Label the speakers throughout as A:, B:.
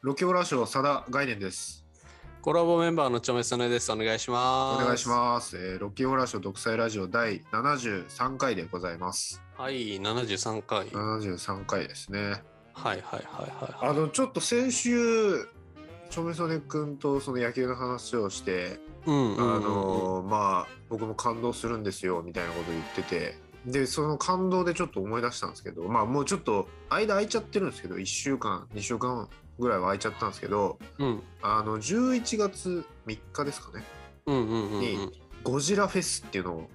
A: ロケオラ賞、さだ概念です。
B: コラボメンバーのちょめそねです。お願いしま
A: お
B: す。
A: 願いします。えーロケオラ賞独裁ラジオ第73回でございます。
B: す。はい、73回。はい
A: 73回ですね。
B: はいはいはい。
A: あの、ちょっと先週、チョメソネ君とその野球の話をして、
B: うん、うん
A: あのまあ、僕も感動するんですよ、みたいなこと言ってて、で、その感動でちょっと思い出したんですけど、まあ、もうちょっと、間空いちゃってるんですけど、1週間、2週間ぐらいは空いちゃったんですけど、
B: うん、
A: あの、11月3日ですかね。
B: うん、うん、うん、うん。
A: ゴジラフェスっていうのを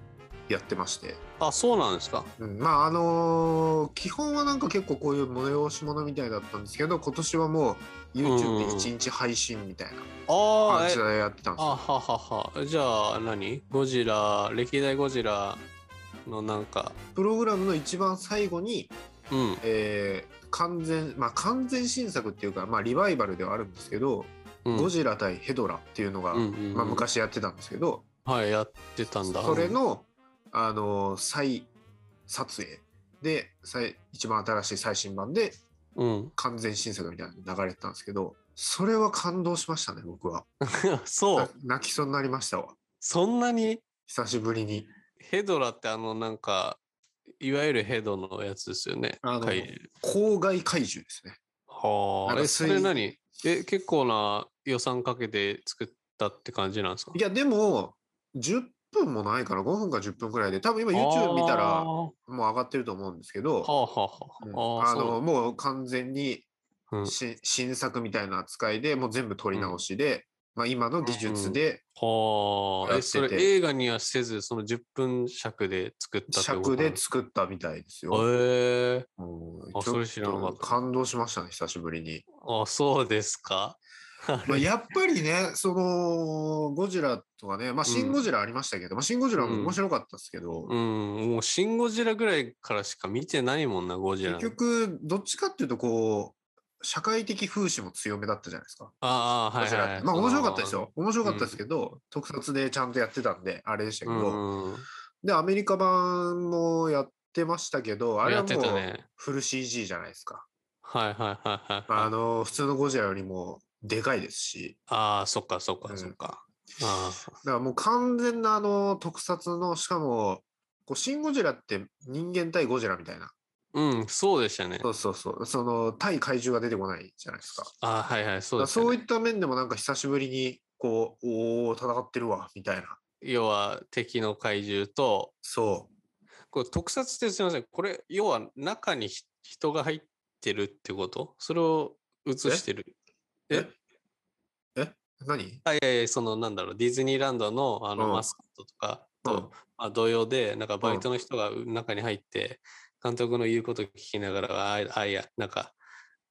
A: やってまして、
B: あ、そうなんですか。
A: うんまああのー基本はなんか結構こういう催し物みたいだったんですけど今年はもう YouTube で1日配信みたいな
B: ああ、
A: 感
B: え
A: じ、でやってたんです
B: あは
A: よ。
B: はは。じゃあ何、ゴジラ、歴代ゴジラのなんか、
A: プログラムの一番最後に、
B: うん、
A: えー完全まあ完全新作っていうか、まあ、リバイバルではあるんですけど「
B: うん、
A: ゴジラ対ヘドラ」っていうのが、
B: うんうんうん
A: まあ、昔やってたんですけど
B: はい、やってたんだ。
A: それの、あのー再撮影で再一番新しい最新版で
B: うん、
A: 完全新作みたいなの流れてたんですけど、それは感動しましたね、僕は。
B: そ
A: な
B: う、
A: 泣きそうになりましたわ。
B: そんなに
A: 久しぶりに。
B: ヘドラってあのなんか、いわゆるヘドのやつですよね。
A: あの
B: 怪獣
A: 郊外怪獣ですね。
B: は
A: なん
B: あ、
A: か
B: え、そ
A: 水
B: れ何え、結構な予算かけて作ったって感じなんですか
A: いや、でも、10分もないから、5分か10分くらいで、多分今 YouTube 見た
B: あー
A: ら、も
B: は
A: う上がってると思うんですけど、
B: あはあ
A: うん
B: はあ。あ
A: あ
B: ーそう
A: の、もう完全に
B: うん
A: し新作みたいな扱いで、もう全部撮り直しで、まあ今の技術で、
B: はあ。
A: や
B: え、
A: ってて
B: それ映画にはせず、その10分尺で作ったってこと
A: 尺で作ったみたいですよ。
B: へえ
A: うん
B: あそれ知らなかった
A: ちょと感動しましたね、久しぶりに。
B: あ、そうですか。
A: まあ、やっぱりね、そのゴジラとかね、まあ、シン・ゴジラありましたけど、まあ、シン・ゴジラも面白かったですけど、
B: うん、もうシン・ゴジラぐらいからしか見てないもんな、ゴジラ
A: 結
B: の。
A: 局、どっちかっていうと、こう、社会的風刺も強めだったじゃないですか、
B: ああ、
A: ゴ
B: はい
A: ジ
B: はい
A: ラ
B: は
A: って。
B: い。
A: まあ、面白かったです
B: よ。
A: よ。面白かったですけど、特撮でちゃんとやってたんで、あれでしたけ
B: う
A: ど、
B: ん。
A: で、アメリカ版もやってましたけど、あれ
B: や
A: は
B: っ
A: も
B: て
A: う
B: たね。
A: フル CG じゃないですか。
B: はいはいはいはい。
A: あ
B: あ
A: の、普通のゴジラよりもでかいですし。
B: あー、そっかそっ
A: う
B: か
A: ん
B: そっか。あー
A: だからもう完全なあの特撮のしかもこうシン・ゴジラって人間対ゴジラみたいな
B: うん、そうでしたね。
A: そうそうそうその対怪獣が出てこないじゃないですか
B: あーはいはい、そ
A: そうう,、
B: ですね
A: そういった面でもなんか久しぶりにこうおお戦ってるわみたいな
B: 要は敵の怪獣と、
A: そ
B: これ特撮ってすみません、これ、要は中にひ人が入ってるってことそれを映してる。え
A: えう何
B: あ、いやいや、そのなんだろう、ディズニーランドのあの
A: うん
B: マスコットとかと、
A: うん
B: まあ、同様で、なんかバイトの人が中に入って、監督の言うことを聞きながら、ああ、いや、なんか、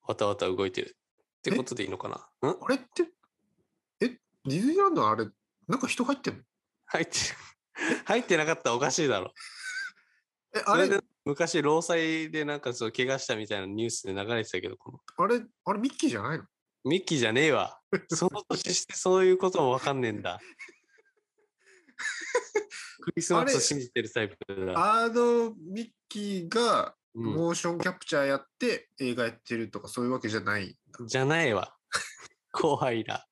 B: わたわた動いてるってことでいいのかな。ん
A: あれってえディズニーランドのあれなんか人入ってんの
B: 入って、 入ってなかったらおかしいだろ。
A: えあ
B: あれ
A: れ
B: で昔、労災でなんかそう、怪我したみたいなニュースで流れてたけど、この
A: あれあれミッキーじゃないの
B: ミッキーじゃね えわ。その年してそういうこともわかんねえんだ。クリスマスを信じてるタイプだ。
A: あのミッキーが
B: うん、
A: モーションキャプチャーやって映画やってるとかそういうわけじゃない
B: じゃないわ。 後輩ら。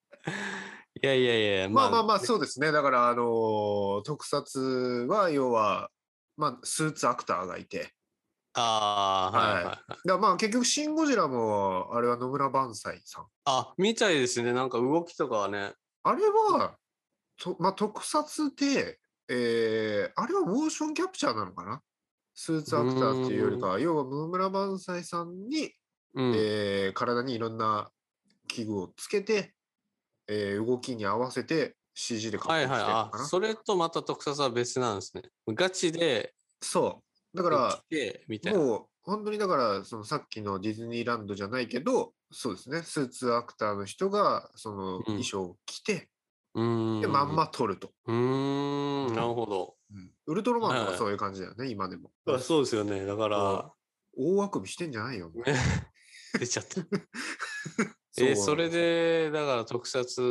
B: いやいやいや、
A: まあまあまあ、
B: ね
A: そうですね。だから、あのー特撮は、要は、まあ、スーツアクターがいて。
B: あー、はいはいはい。
A: だまあ、結局、シン・ゴジラも、あれは野村萬斎さん。
B: あ、みたいですね。なんか動きとかはね。
A: あれは、とまあ、特撮で、えーあれはモーションキャプチャーなのかなスーツアクターっていうよりかは、要は野村萬斎さんに、
B: うん。
A: えー体にいろんな器具をつけて、えー動きに合わせて CG で描
B: はい
A: いて
B: はい。
A: るのか
B: あ
A: な、、
B: それとまた特撮は別なんですね。ガチで、
A: そう。だから
B: 来、て、みたいな。
A: もう本当にだからそのさっきのディズニーランドじゃないけどそうですねスーツアクターの人がその衣装を着て、
B: うーん。
A: でまんま撮ると、
B: うーん、なるほど。
A: ウルトラマンと
B: は
A: か
B: い
A: そういう感じだよね今でも
B: あそうですよね。だから、
A: 大あくびしてんじゃない よ、
B: 出ちゃ った。え
A: う
B: それで、だから特撮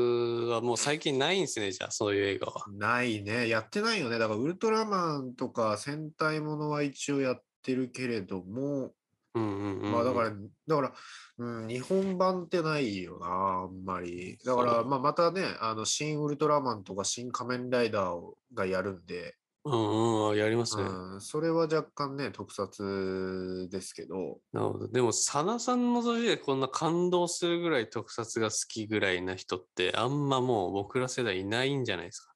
B: はもう最近ないんですね、じゃあ、そういう映画は。
A: ないねやってないよねだからウルトラマンとか戦隊ものは一応やってるけれども
B: うんうんうん。
A: まあだから、だから、うん、日本版ってないよな、あんまり。だから、
B: そう
A: まあまたね、あの、新ウルトラマンとか新仮面ライダーをがやるんで、
B: うんうん、やりますね。
A: うん、それは若干ね、特撮ですけど、
B: なるほど。でも、佐野さんの年でこんな感動するぐらい特撮が好きぐらいな人って、あんまもう僕ら世代いないんじゃないですか。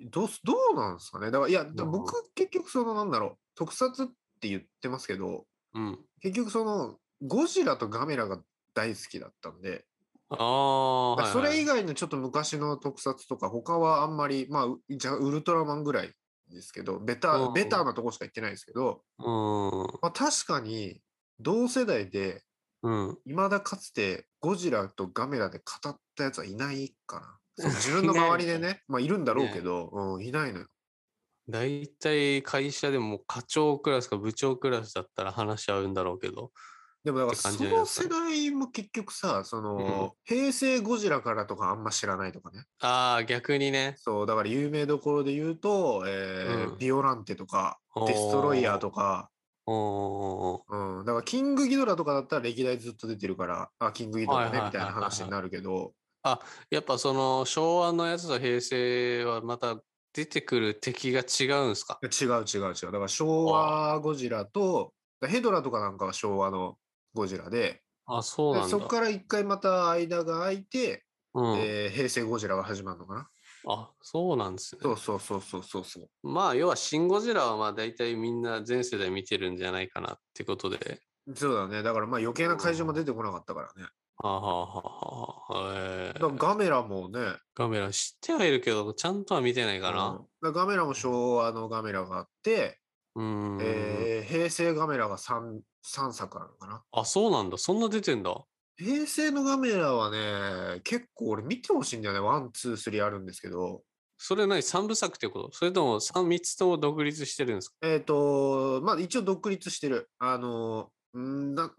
A: どうす、どうなんですかね。だから、いや、
B: るほど
A: 僕、結局その、なんだろう、特撮って言ってますけど、
B: うん。
A: 結局その、ゴジラとガメラが大好きだったんで、
B: ああ、はいはい
A: それ以外のちょっと昔の特撮とか他はあんまりまあうじゃあウルトラマンぐらいですけどベタ,、
B: うん
A: ベターなとこしか行ってないですけど、まあ、確かに同世代で
B: うん。うん。
A: いまだかつてゴジラとガメラで語ったやつはいないかなそう 自分の周りでねまあいるんだろうけど、うん、いないのよ
B: 大体会社でも課長クラスか部長クラスだったら話し合うんだろうけど。
A: でもだから
B: って感
A: そ
B: じ
A: の
B: です
A: 世代も結局さそ
B: うん
A: の、平成ゴジラからとかあんま知らないとかね
B: ああ、逆にね。
A: そうだから有名どころで言うと、えー
B: うん
A: ビオランテとかデストロイヤーとか
B: おー。おー
A: うん、だからキングギドラとかだったら歴代ずっと出てるから、あ、キングギドラ
B: はい
A: ね
B: はいはいはい
A: みたいな話になるけど、
B: やっぱその昭和のやつと平成はまた出てくる敵が違うんですか
A: 違う違う違う。だから昭和ゴジラと、だからヘドラとかなんかは昭和のゴジラで、
B: あ、そう
A: で
B: なんだ。
A: そこから一回また間が空いて、
B: うん
A: えー平成ゴジラが始まるのかな。
B: あ、そうなんですね。
A: そうそうそうそうそうそう。
B: まあ、要は、シン・ゴジラはまあ大体みんな全世代見てるんじゃないかなってことで。
A: そうだね。だからまあ余計な怪獣も出てこなかったからね。
B: はあ、はあはあはあ、え
A: だ
B: ー
A: からガメラもね、
B: ガメラ知ってはいるけど、ちゃんとは見てないかな。
A: うんだからガメラも昭和のガメラがあって、
B: うん。
A: えー平成ガメラが 3, 3作あるのかな。
B: あ、そうなんだ。そんな出てんだ。
A: 平成のガメラはね、結構俺見てほしいんだよね。ワン、ツー、スリーあるんですけど。
B: それ何 ?3 部作ってことそれとも 3, 3つとも独立してるんですか
A: えっ、と、まあ一応独立してる。あの、んーな若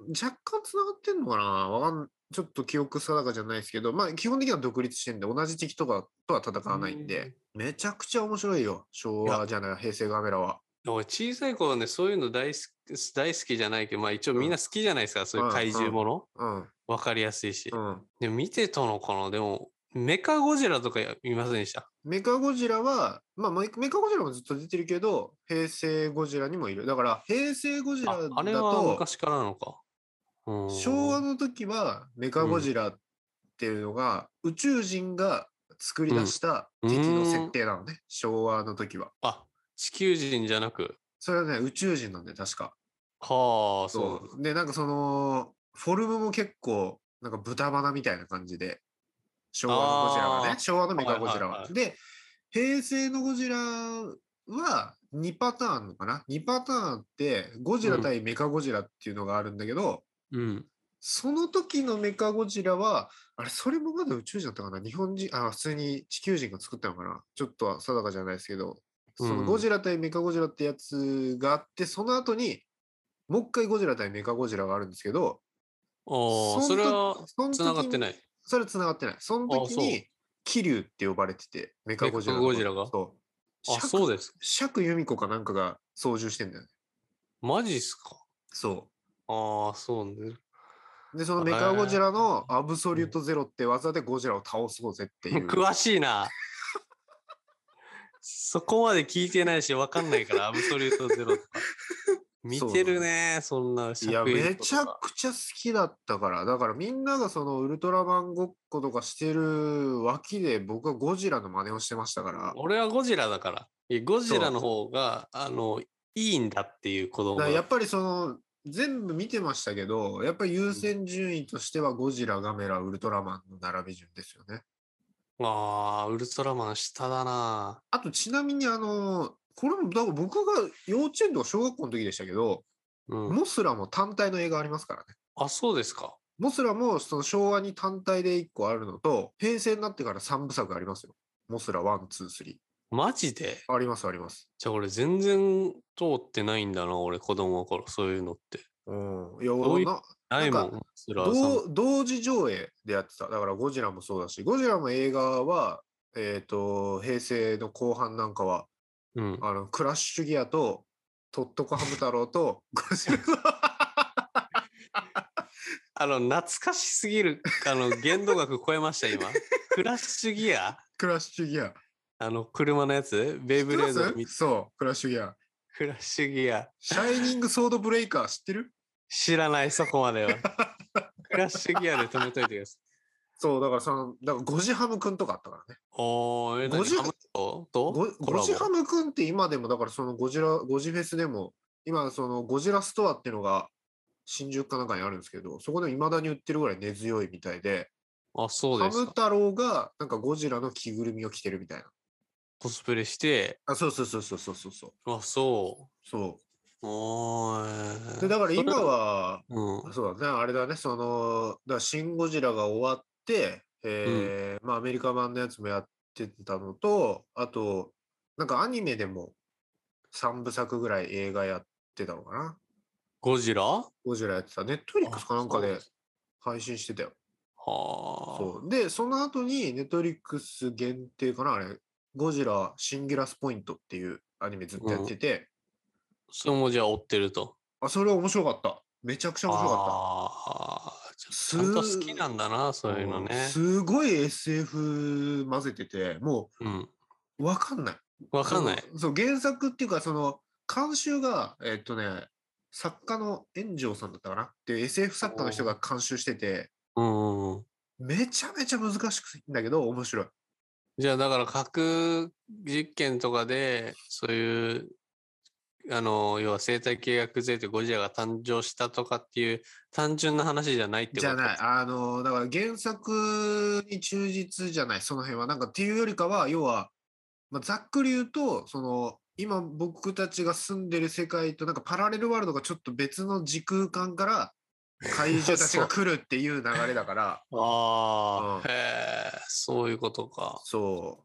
A: 干つながってんのかなわかんちょっと記憶定かじゃないですけど、まあ基本的には独立してるんで、同じ敵とかとは戦わないんで、めちゃくちゃ面白いよ。昭
B: い
A: 和
B: や
A: じゃない、平成ガメラは。
B: 俺小さい頃ね、そういうの大好き大好きじゃないけど、まあ一応みんな好きじゃないですか、そういう怪獣もの。
A: うん、
B: わかりやすいし
A: う。ん。
B: でも見てたのかなでも、メカゴジラとかや見ませんでした。
A: メカゴジラは、まあ、メカメカゴジラもずっと出てるけど、平成ゴジラにもいる。だから、平成ゴジラ
B: あ
A: だと、
B: あれは昔からなのか。うん
A: 昭和の時はメカゴジラっていうのが宇宙人が作り出した敵の設定なのね、昭和の時は。
B: あ、地球人じゃなく。
A: それはね宇宙人なんで確か。
B: はあ、そうなんだ。
A: うでなんかそのフォルムも結構なんか豚鼻みたいな感じで昭和のゴジラが
B: あ
A: ね
B: ー
A: 昭和のメカゴジラは。
B: はいはいはい
A: で平成のゴジラは2パターンあるのかな2パターンあってゴジラ対メカゴジラっていうのがあるんだけど、
B: うん。
A: その時のメカゴジラは、あれ、それもまだ宇宙人だったかな日本人、あ、普通に地球人が作ったのかなちょっとは定かじゃないですけど、その
B: うん
A: ゴジラ対メカゴジラってやつがあって、その後に、もう一回ゴジラ対メカゴジラがあるんですけど、
B: ああ、それは
A: つ
B: 繋がってない。
A: それは繋がってない。その時
B: あそう
A: に、桐生って呼ばれてて、メカゴジラの
B: メカゴジラが
A: そう。
B: あ、そう
A: で
B: です。
A: 釈由美子かなんかが操縦してんだよね。
B: マジっすか。
A: そう。
B: ああ、そうね。
A: で、そのメカゴジラのアブソリュートゼロって技でゴジラを倒そうぜっていう。
B: 詳しいな。そこまで聞いてないし、わかんないから、アブソリュートゼロとか。見てるね、そんな。
A: いや、めちゃく
B: く
A: ちゃ好きだったから、だからみんながそのウルトラマンごっことかしてる脇で、僕はゴジラの真似をしてましたから、だか
B: 俺はゴジラだから。いやゴジラの方が、あの、いいんだっていう子供
A: らや
B: が
A: っ。ぱりその、全部見てましたけど、やっぱり優先順位としてはゴジラ、ガメラ、ウルトラマンの並び順ですよね。
B: ああ、ウルトラマン下だな。
A: あとちなみにあの、これもだから僕が幼稚園とか小学校の時でしたけど、
B: うん。
A: モスラも単体の映画ありますからね。
B: あ、そうですか。
A: モスラもその昭和に単体で1個あるのと、平成になってから3部作ありますよ。モスラ1、2、3。
B: マジで
A: ありますあります。
B: じゃあ俺全然通ってないんだな、俺子供の頃、そういうのって。
A: うん。いや、
B: どう
A: 俺
B: い
A: な
B: ないも
A: なん
B: ん、モスラーさ
A: 同
B: ん
A: 同時上映でやってた。だからゴジラもそうだし、ゴジラも映画は、えっ、と、平成の後半なんかは、
B: うん。
A: あの、クラッシュギアと、トットコハム太郎と、ゴジラ。
B: あの、懐かしすぎる、あの、限度額超えました、 今。クラッシュギア
A: クラッシュギア。
B: あの、車のやつベイブレ
A: 知
B: ードの
A: って
B: み
A: ますそう、クラッシュギア。
B: クラッシュギア。
A: シャイニングソードブレイカー知ってる
B: 知らない、そこまでは。 クラッシュギアで止めといてください。
A: そう、だからその、だからゴジハムくんとかあったからね。
B: おー、え、何
A: ゴジ
B: ハムとと
A: ゴ
B: コラボ
A: ゴジハムくんって今でも、だからそのゴジラ、ゴジフェスでも、今そのゴジラストアっていうのが新宿かなんかにあるんですけど、そこでも未だに売ってるぐらい根強いみたいで、
B: あ、そう
A: ハ
B: です
A: ム
B: か。
A: 太郎がなんかゴジラの着ぐるみを着てるみたいな。
B: コスプレして、
A: あ、そうそうそうそうそうそうそう。
B: あ、そ。
A: そう
B: お
A: う
B: ー。
A: でだから今
B: それ、
A: は、
B: うん。
A: そうだね、あれだね、その、だからシン・ゴジラが終わって、えーまあ、アメリカ版のやつもやってたのと、あと、なんかアニメでも3部作ぐらい映画やってたのかな。
B: ゴジラは
A: ゴジラやってた。ネットフリックスかなんか
B: あそう
A: で
B: です
A: 配信してたよ。
B: あ。
A: そうで、その後にネットフリックス限定かな、あれ、ゴジラシンギュラスポイントっていうアニメずっとやってて、
B: それもじゃあ追ってると。
A: あ、それ面白かった。めちゃくちゃ面白かった。
B: ああ、ちゃんと好きなんだな、そういうのね
A: ん。すごい SF 混ぜてて、も
B: うん。
A: う分かんない。
B: わかんない。
A: その。そう、原作っていうか、その、監修が、えっとね、作家の炎上さんだったかなっていう SF 作家の人が監修してて、
B: うんうん。
A: めちゃめちゃ難しくんだけど、面白い。
B: じゃあだから核実験とかで、そういう、あの、要は生態系学税でゴジラが誕生したとかっていう単純な話じゃないってこと
A: じゃない。あの、だから原作に忠実じゃない、その辺は。なんかっていうよりかは、要は、まあ、ざっくり言うと、その、今僕たちが住んでる世界となんかパラレルワールドがちょっと別の時空間から怪獣たちが来るっていう流れだ から、
B: ああ、
A: うん
B: へえ、そういうことか。
A: そ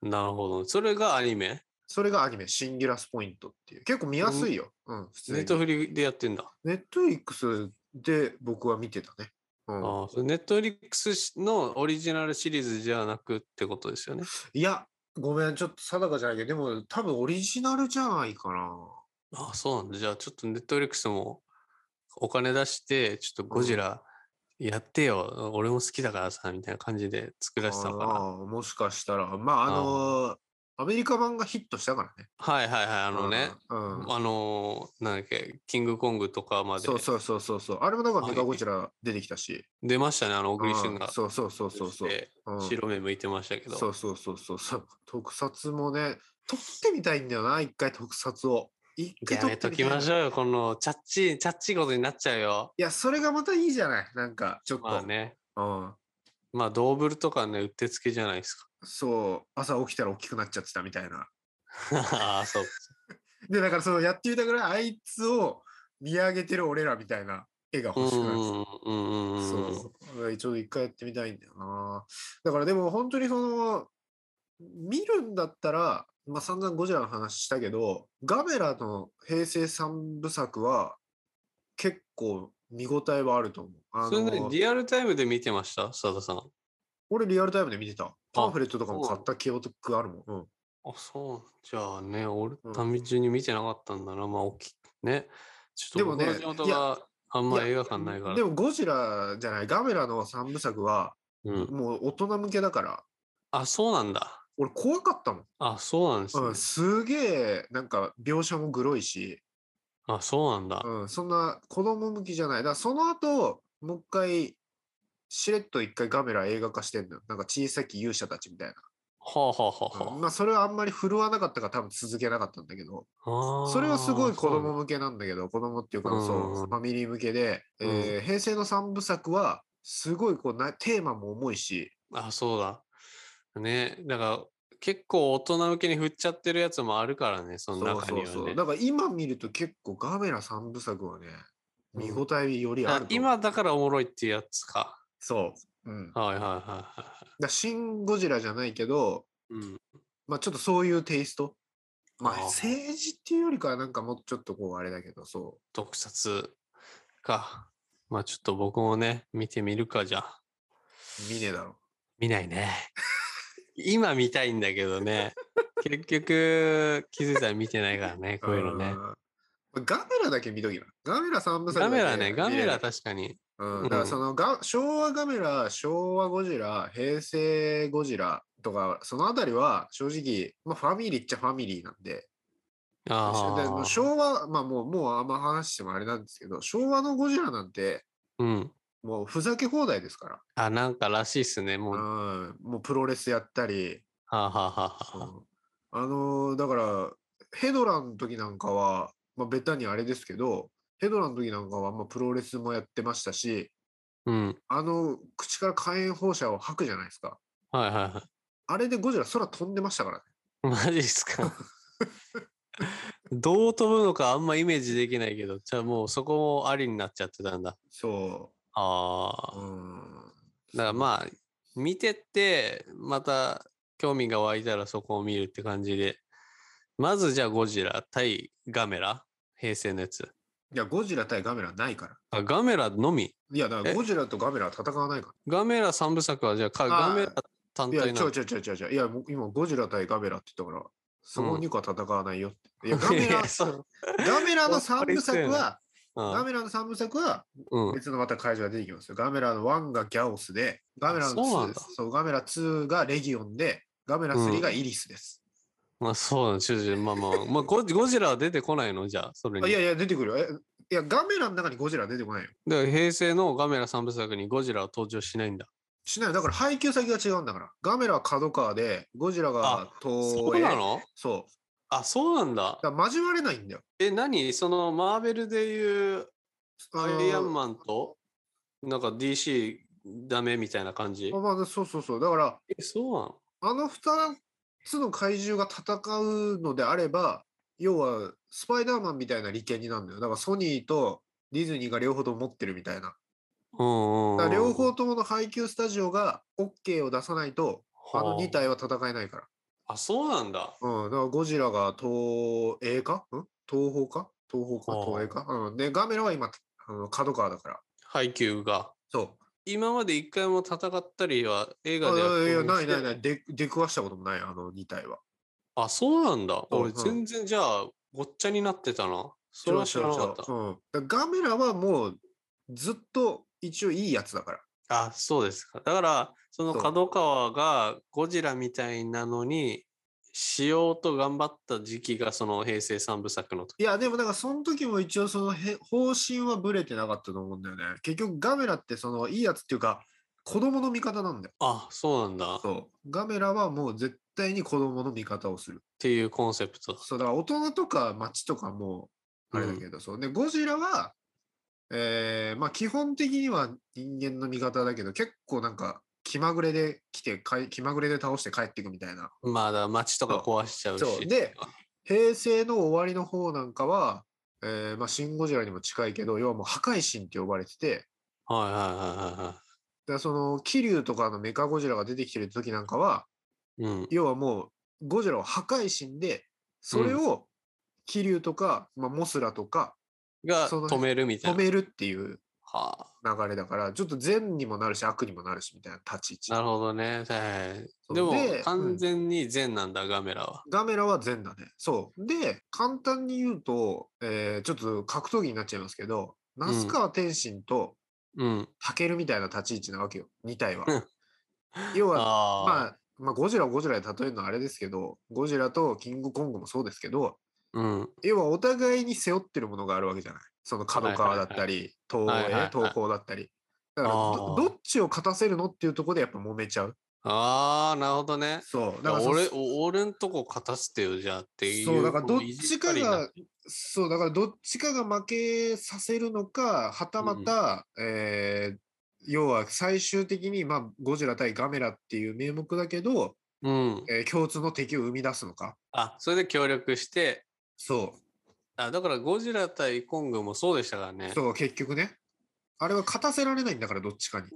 A: う。
B: なるほど。それがアニメ
A: それがアニメ、シンギュラスポイントっていう。結構見やすいよ。うん、普
B: ネ
A: 通
B: ット
A: に。
B: フリでやってんだ。
A: ネットフリックスで僕は見てたね。うん。
B: ああ、ネットフリックスのオリジナルシリーズじゃなくってことですよね。
A: いや、ごめん、ちょっと定かじゃないけど、でも多分オリジナルじゃないかな。
B: ああ、そうなんだ。じゃあちょっとネットフリックスもお金出して、ちょっとゴジラやってよ、俺も好きだからさ、みたいな感じで作らせたのか
A: あ
B: な。
A: ーもしかしたら、まあ、あのーアメリカ版がヒットしたからね。
B: はいはいはい、あ
A: あ
B: のね、。
A: うん。
B: あのーなんだっけ、キングコングとかまで
A: そうそうそうそうそう。あれもだから
B: はい
A: メカゴジラ出てきたし。
B: 出ましたね、あの、小栗旬
A: う
B: が
A: ん。そうそうそうそうそう。
B: して
A: うん
B: 白目向いてましたけど。
A: そうそうそうそうそう。特撮もね、撮ってみたいんだよな、一回特撮を。一回
B: や
A: 撮
B: め
A: って
B: と
A: み
B: き
A: たいな
B: ましょうよ、この、チャッチ、チャッチいことになっちゃうよ。
A: いや、それがまたいいじゃない。なんか、ちょっと。
B: まあね。
A: うん。
B: まあ、ドーブルとかね、うってつけじゃないですか。
A: そう、朝起きたら大きくなっちゃってたみたいな。
B: あ あ、そう。
A: で、だからそのやってみたぐらい、あいつを見上げてる俺らみたいな絵が
B: うん
A: 欲しくなっ
B: うんうんうん
A: て
B: うん。
A: そう。だからちょうど一回やってみたいんだよな。だからでも本当にその、見るんだったら、まあ散々ゴジラの話したけど、ガメラの平成三部作は結構見応えはあると思う。あ
B: それね
A: の、
B: リアルタイムで見てました佐田さん。あ、
A: 俺リアルタイムで見てた。パンフレットとかも買った記憶あるもん。うん。
B: そう。じゃあね、俺
A: うん、
B: 単純に見てなかったんだな。まあ、大きね。ちょっ
A: で
B: と
A: も
B: 僕
A: ね
B: の地元
A: いや
B: があんま
A: い
B: 映
A: や
B: 画館ないから。
A: でもゴジラじゃないガメラの三部作は
B: うん。
A: もう大人向けだから
B: あ、そうなんだ。
A: 俺怖かったもん、
B: あ、そうなんですね
A: うん、。すげえなんか描写もグロいし、
B: あ、そうなんだ。
A: うん、そんな子供向きじゃないだからその後もう一回しれっと一回ガメラ映画化してんのよなんか小さき勇者たちみたい
B: はあはあは
A: な、
B: あ
A: うん
B: は
A: まあそれはあんまり振るわなかったから多分続けなかったんだけど
B: ああー。
A: それはすごい子
B: そうな
A: 供
B: んだ
A: 向けなんだけど子供っていうか
B: うん
A: そうファミリー向けで、えー平成の三部作はすごいこうなテーマも重いし
B: あ、そうだ。ね。だから、結構大人向けに振っちゃってるやつもあるからね、その
A: そう
B: 中
A: そ
B: に
A: う
B: は
A: そ
B: ね
A: う。だから今見ると結構ガメラ三部作はね
B: うん
A: 見応えよりある
B: あ
A: と思う、
B: 今だからおもろいっていうやつか。
A: そう、うん、だか
B: はいはいはいはい。
A: らシン・ゴジラじゃないけど
B: うん、
A: まあちょっとそういうテイストまあ
B: あー
A: 政治っていうよりかはなんかもうちょっとこうあれだけどそ
B: 特撮か。まあちょっと僕もね、見てみるかじゃあ。
A: う見ねえだろ
B: 見ない ね。今見たいんだけどね。結局、気づいたら見てないからね、こういうのね。
A: んガメラだけ見ときなガメラ三部作
B: ガメラね、
A: だけ
B: ガ
A: 見れ
B: メ
A: る
B: ラ確かに。
A: うん、だからそのが昭和ガメラ昭和ゴジラ平成ゴジラとかそのあたりは正直、まあ、ファミリーっちゃファミリーなんで
B: あ
A: で
B: あ。
A: 昭和まあもうもうあんま話してもあれなんですけど昭和のゴジラなんて
B: うん。
A: もうふざけ放題ですか
B: あ、なんからしいっすね。も
A: ら、
B: う。
A: う
B: は
A: ん、もうプロレスやったり、
B: あ、はあはあはあ、
A: そうあのーだからヘドラの時なんかは、まあ、ベタにあれですけどヘドラの時なんかはまあプロレスもやってましたし
B: うん。
A: あの口から火炎放射を吐くじゃないですか。
B: はいはいはい。
A: あれでゴジラ空飛んでましたからね。
B: マジっす か。どう飛ぶのかあんまイメージできないけど、じゃあもうそこもありになっちゃってたんだ。
A: そ
B: あ
A: う。
B: あ
A: う。ん。
B: だからまあ、見てって、また興味が湧いたらそこを見るって感じで。まずじゃあゴジラ対ガメラ平成のやつ。
A: いや、ゴジラ対ガメラないから。
B: あ、ガメラのみ。
A: いや、だから
B: え
A: ゴジラとガメラは戦わないか
B: ガメラ三部作はじゃあか、
A: あー
B: ガメラ単
A: ら。いや、
B: 体
A: ち
B: な
A: ょ
B: の
A: いちょいちょいちょいちょい。いや、もう今ゴジラ対ガメラって言ったから、その2個は戦わないよって。いや、ガメ
B: い
A: ラ
B: や、そう
A: ガメラの3部作は、
B: うん
A: ガメラの3部作は
B: うん。
A: 別のまた会場が出てきますよ。ガメラの1がギャオスで、ガメラの
B: あそ
A: 2
B: うなん
A: で
B: だ
A: す。そう、ガメラ2がレギオンで、ガメラ3がイリスです。
B: まあそうなんですちょちょまあまあ、まあゴジ、ゴジラは出てこないのじゃあ、それ
A: あ
B: に。
A: いやいや、出てくるよ。えいや、ガメラの中にゴジラ出てこないよ。
B: だから平成のガメラ三部作にゴジラは登場しないんだ。
A: しないよだから配給先が違うんだから。ガメラは角川で、ゴジラが東映。
B: そうなの
A: そう
B: あ、そうなんだ。
A: だから交われないんだよ。
B: え、何そのマーベルでいう
A: あの
B: アイアンマンと、なんか DC ダメみたいな感じ
A: あ。まあ、そうそうそう。だから、
B: え、そうなの
A: あの2つの怪獣が戦うのであれば、要はスパイダーマンみたいな利権になるんだよ。だからソニーとディズニーが両方とも持ってるみたいな。
B: うんうんうん。
A: だから両方ともの配給スタジオが OK を出さないと、あ
B: は
A: の2。体は戦えないから。
B: あ、そうなんだ。
A: うん、だからゴジラが東映かん東宝か東宝か東映か、うん、で、ガメラは今、あの角川だから。
B: 配給が。
A: そ
B: 今まで一回も戦ったりは映
A: う。
B: 画では
A: あいや、ないない
B: い。
A: ない。で出くわしたこともない、あの2体は。
B: あ、そうなんだ。
A: うん
B: 俺全然じゃあ、ごっちゃになってたな。それは知らなかっ
A: そ。
B: た
A: うそうそううん、だからガメラはもう、ずっと一応いいやつだから。
B: あ、そうですか。だから、その
A: そう
B: 角川がゴジラみたいなのにしようと頑張った時期がその平成三部作の時。
A: いや、でもなんかその時も一応そのへ方針はブレてなかったと思うんだよね。結局ガメラってそのいいやつっていうか、子供の味方なんだよ。
B: あ、そうなんだ。っ
A: そう。ガメラはもう絶対に子供の味方をする。
B: ていうコンセプト。
A: そうだから大人とか町とかもあれだけど、そうでゴジラは、えーまあ、基本的には人間の味方だけど結構なんか気まぐれで来てかい気まぐれで倒して帰っていくみたいな
B: まあだ、街とか壊しちゃうし。
A: そうで平成の終わりの方なんかは、えーまあ、シン・ゴジラにも近いけど要はもう破壊神って呼ばれてて
B: はいはいはいはいは。
A: だからその桐生とかのメカゴジラが出てきてる時なんかはい
B: うん。
A: 要はもうゴジラを破壊神でそれを桐生とか、まあ、モスラとか
B: が
A: その
B: 止めるみたい
A: 止
B: な。
A: めるっていう
B: は
A: 流れだからちょっと善にもなるし悪にもなるしみたいな立ち
B: あ、な
A: 位置
B: るほどね。はいはい
A: そう
B: でも
A: で
B: 完全に善なんだ、ガメラは。
A: ガメラは善だねそうで簡単に言うと、えーちょっと格闘技になっちゃいますけど那須川天心と
B: うん。
A: タケルみたいな立ち位置なわけよ2体は 要は
B: あ
A: ま
B: あ。
A: あまあゴジラをゴジラで例えるのはあれですけどゴジラとキングコングもそうですけど
B: うん。
A: 要はお互いに背負ってるものがあるわけじゃないその角川だったり東
B: はいはいはい
A: 映東宝だったりだからど
B: あー
A: どっちを勝たせるのっていうところでやっぱ揉めちゃう
B: ああ、なるほどね。
A: そうだか
B: だか
A: ららそ
B: 俺、お俺んとこ勝たせてよ、じゃあっていう。
A: そうだからどっ
B: こう意地
A: ちか
B: 悪いな
A: がそうだからどっちかが負けさせるのかはたまた、えー要は最終的に、まあ、ゴジラ対ガメラっていう名目だけど、
B: うん。
A: えー共通の敵を生み出すのか
B: あ、それで協力して、
A: そ
B: あ、だからゴジラ対コングもそうでしたから
A: う
B: ね。
A: そう結局ねあれは勝たせられないんだからどっちかに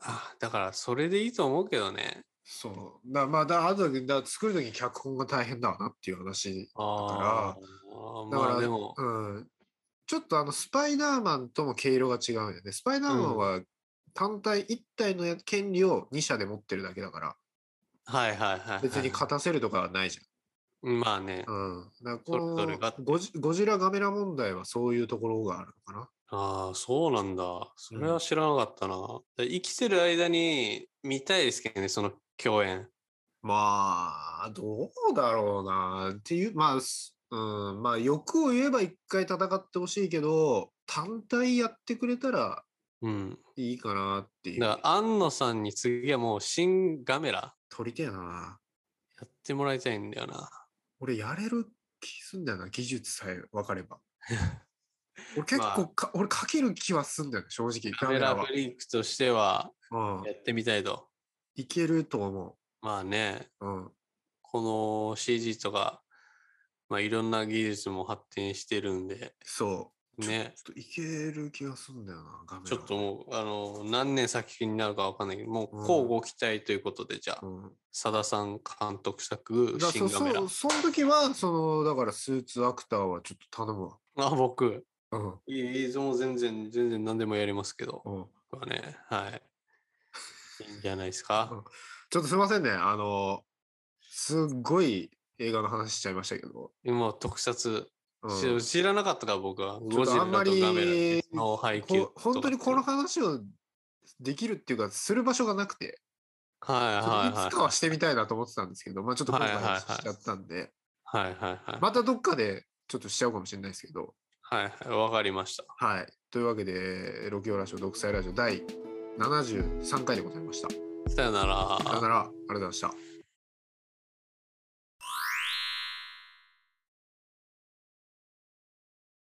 B: あ、だからそれでいいと思うけどね。
A: そうだまあだあとだから作る時に脚本が大変だわなっていう話
B: ああ、
A: だか
B: まあ
A: ら
B: でも、
A: うんちょっとあのスパイダーマンとも毛色が違うんよね。スパイダーマンは単体1体のや権利を2社で持ってるだけだから、
B: はいはいはいはい。
A: 別に勝たせるとかはないじ
B: まあね
A: ゃん。。うん。だから
B: それぞれが
A: このゴジゴジラガメラ問題はそういうところがあるのかな。
B: あああ、そうなんだ。それは知らなかったな。で生きてる間に見たいですけどね、その共演。
A: まあ、どうだろうな。っていう、まあ、すうん、まあ、欲を言えば一回戦ってほしいけど、単体やってくれたら
B: うん。
A: いいかなっていう。
B: だから、安野さんに次はもう新ガメラ
A: 取りてえな。
B: やってもらいたいんだよな。
A: 俺、やれる気すんだよな。技術さえ分かれ ば。俺結
B: まあ
A: 構か、俺かける気はすんだよね、正直。
B: カメラフリークとしては
A: は。うん
B: や。ってみたいと。
A: いけると思
B: まあね、
A: う。うん。
B: この CG とか、まあいろんな技術も発展してるんで、
A: そう。
B: ね、
A: ちょっといける気がすんだよな、画面は
B: ちょっと。もう、あの、何年先になるかわかんないけど、もう、こうご期待ということで、じゃあ、
A: う
B: さださん監督作
A: ん、、だ
B: 新
A: そ
B: カメラ
A: そ。その時は、その、だからスーツアクターはちょっと頼むわ。
B: あ、僕、
A: うん。
B: いいいいもう全然、全然何でもやりますけど、
A: うん、
B: 僕はね、はい。いいんじゃないですか。
A: ちょっとすいませんね、あの、すっごい映画の話しちゃいましたけど。
B: 今、特撮、
A: うん
B: し知らなかったから、僕は。
A: ちょ
B: ゴ
A: っ
B: ジ
A: と
B: ラ
A: あ
B: と
A: ん
B: ガ
A: まり
B: メラの配給
A: こ本当にこの話をできるっていうか、する場所がなくて、
B: はい
A: ちょ
B: は
A: っ
B: い
A: とい
B: はい
A: つかはしてみたいなと思ってたんですけど、まあちょっと今回はしちゃったんで、
B: はいはいはい。
A: またどっかでちょっとしちゃうかもしれないですけど。
B: はいはい、わかりました。
A: はい。というわけで、ロキオラジオ独裁ラジオ第73回でございました。
B: さよなら
A: さよなら、ありがとうございました。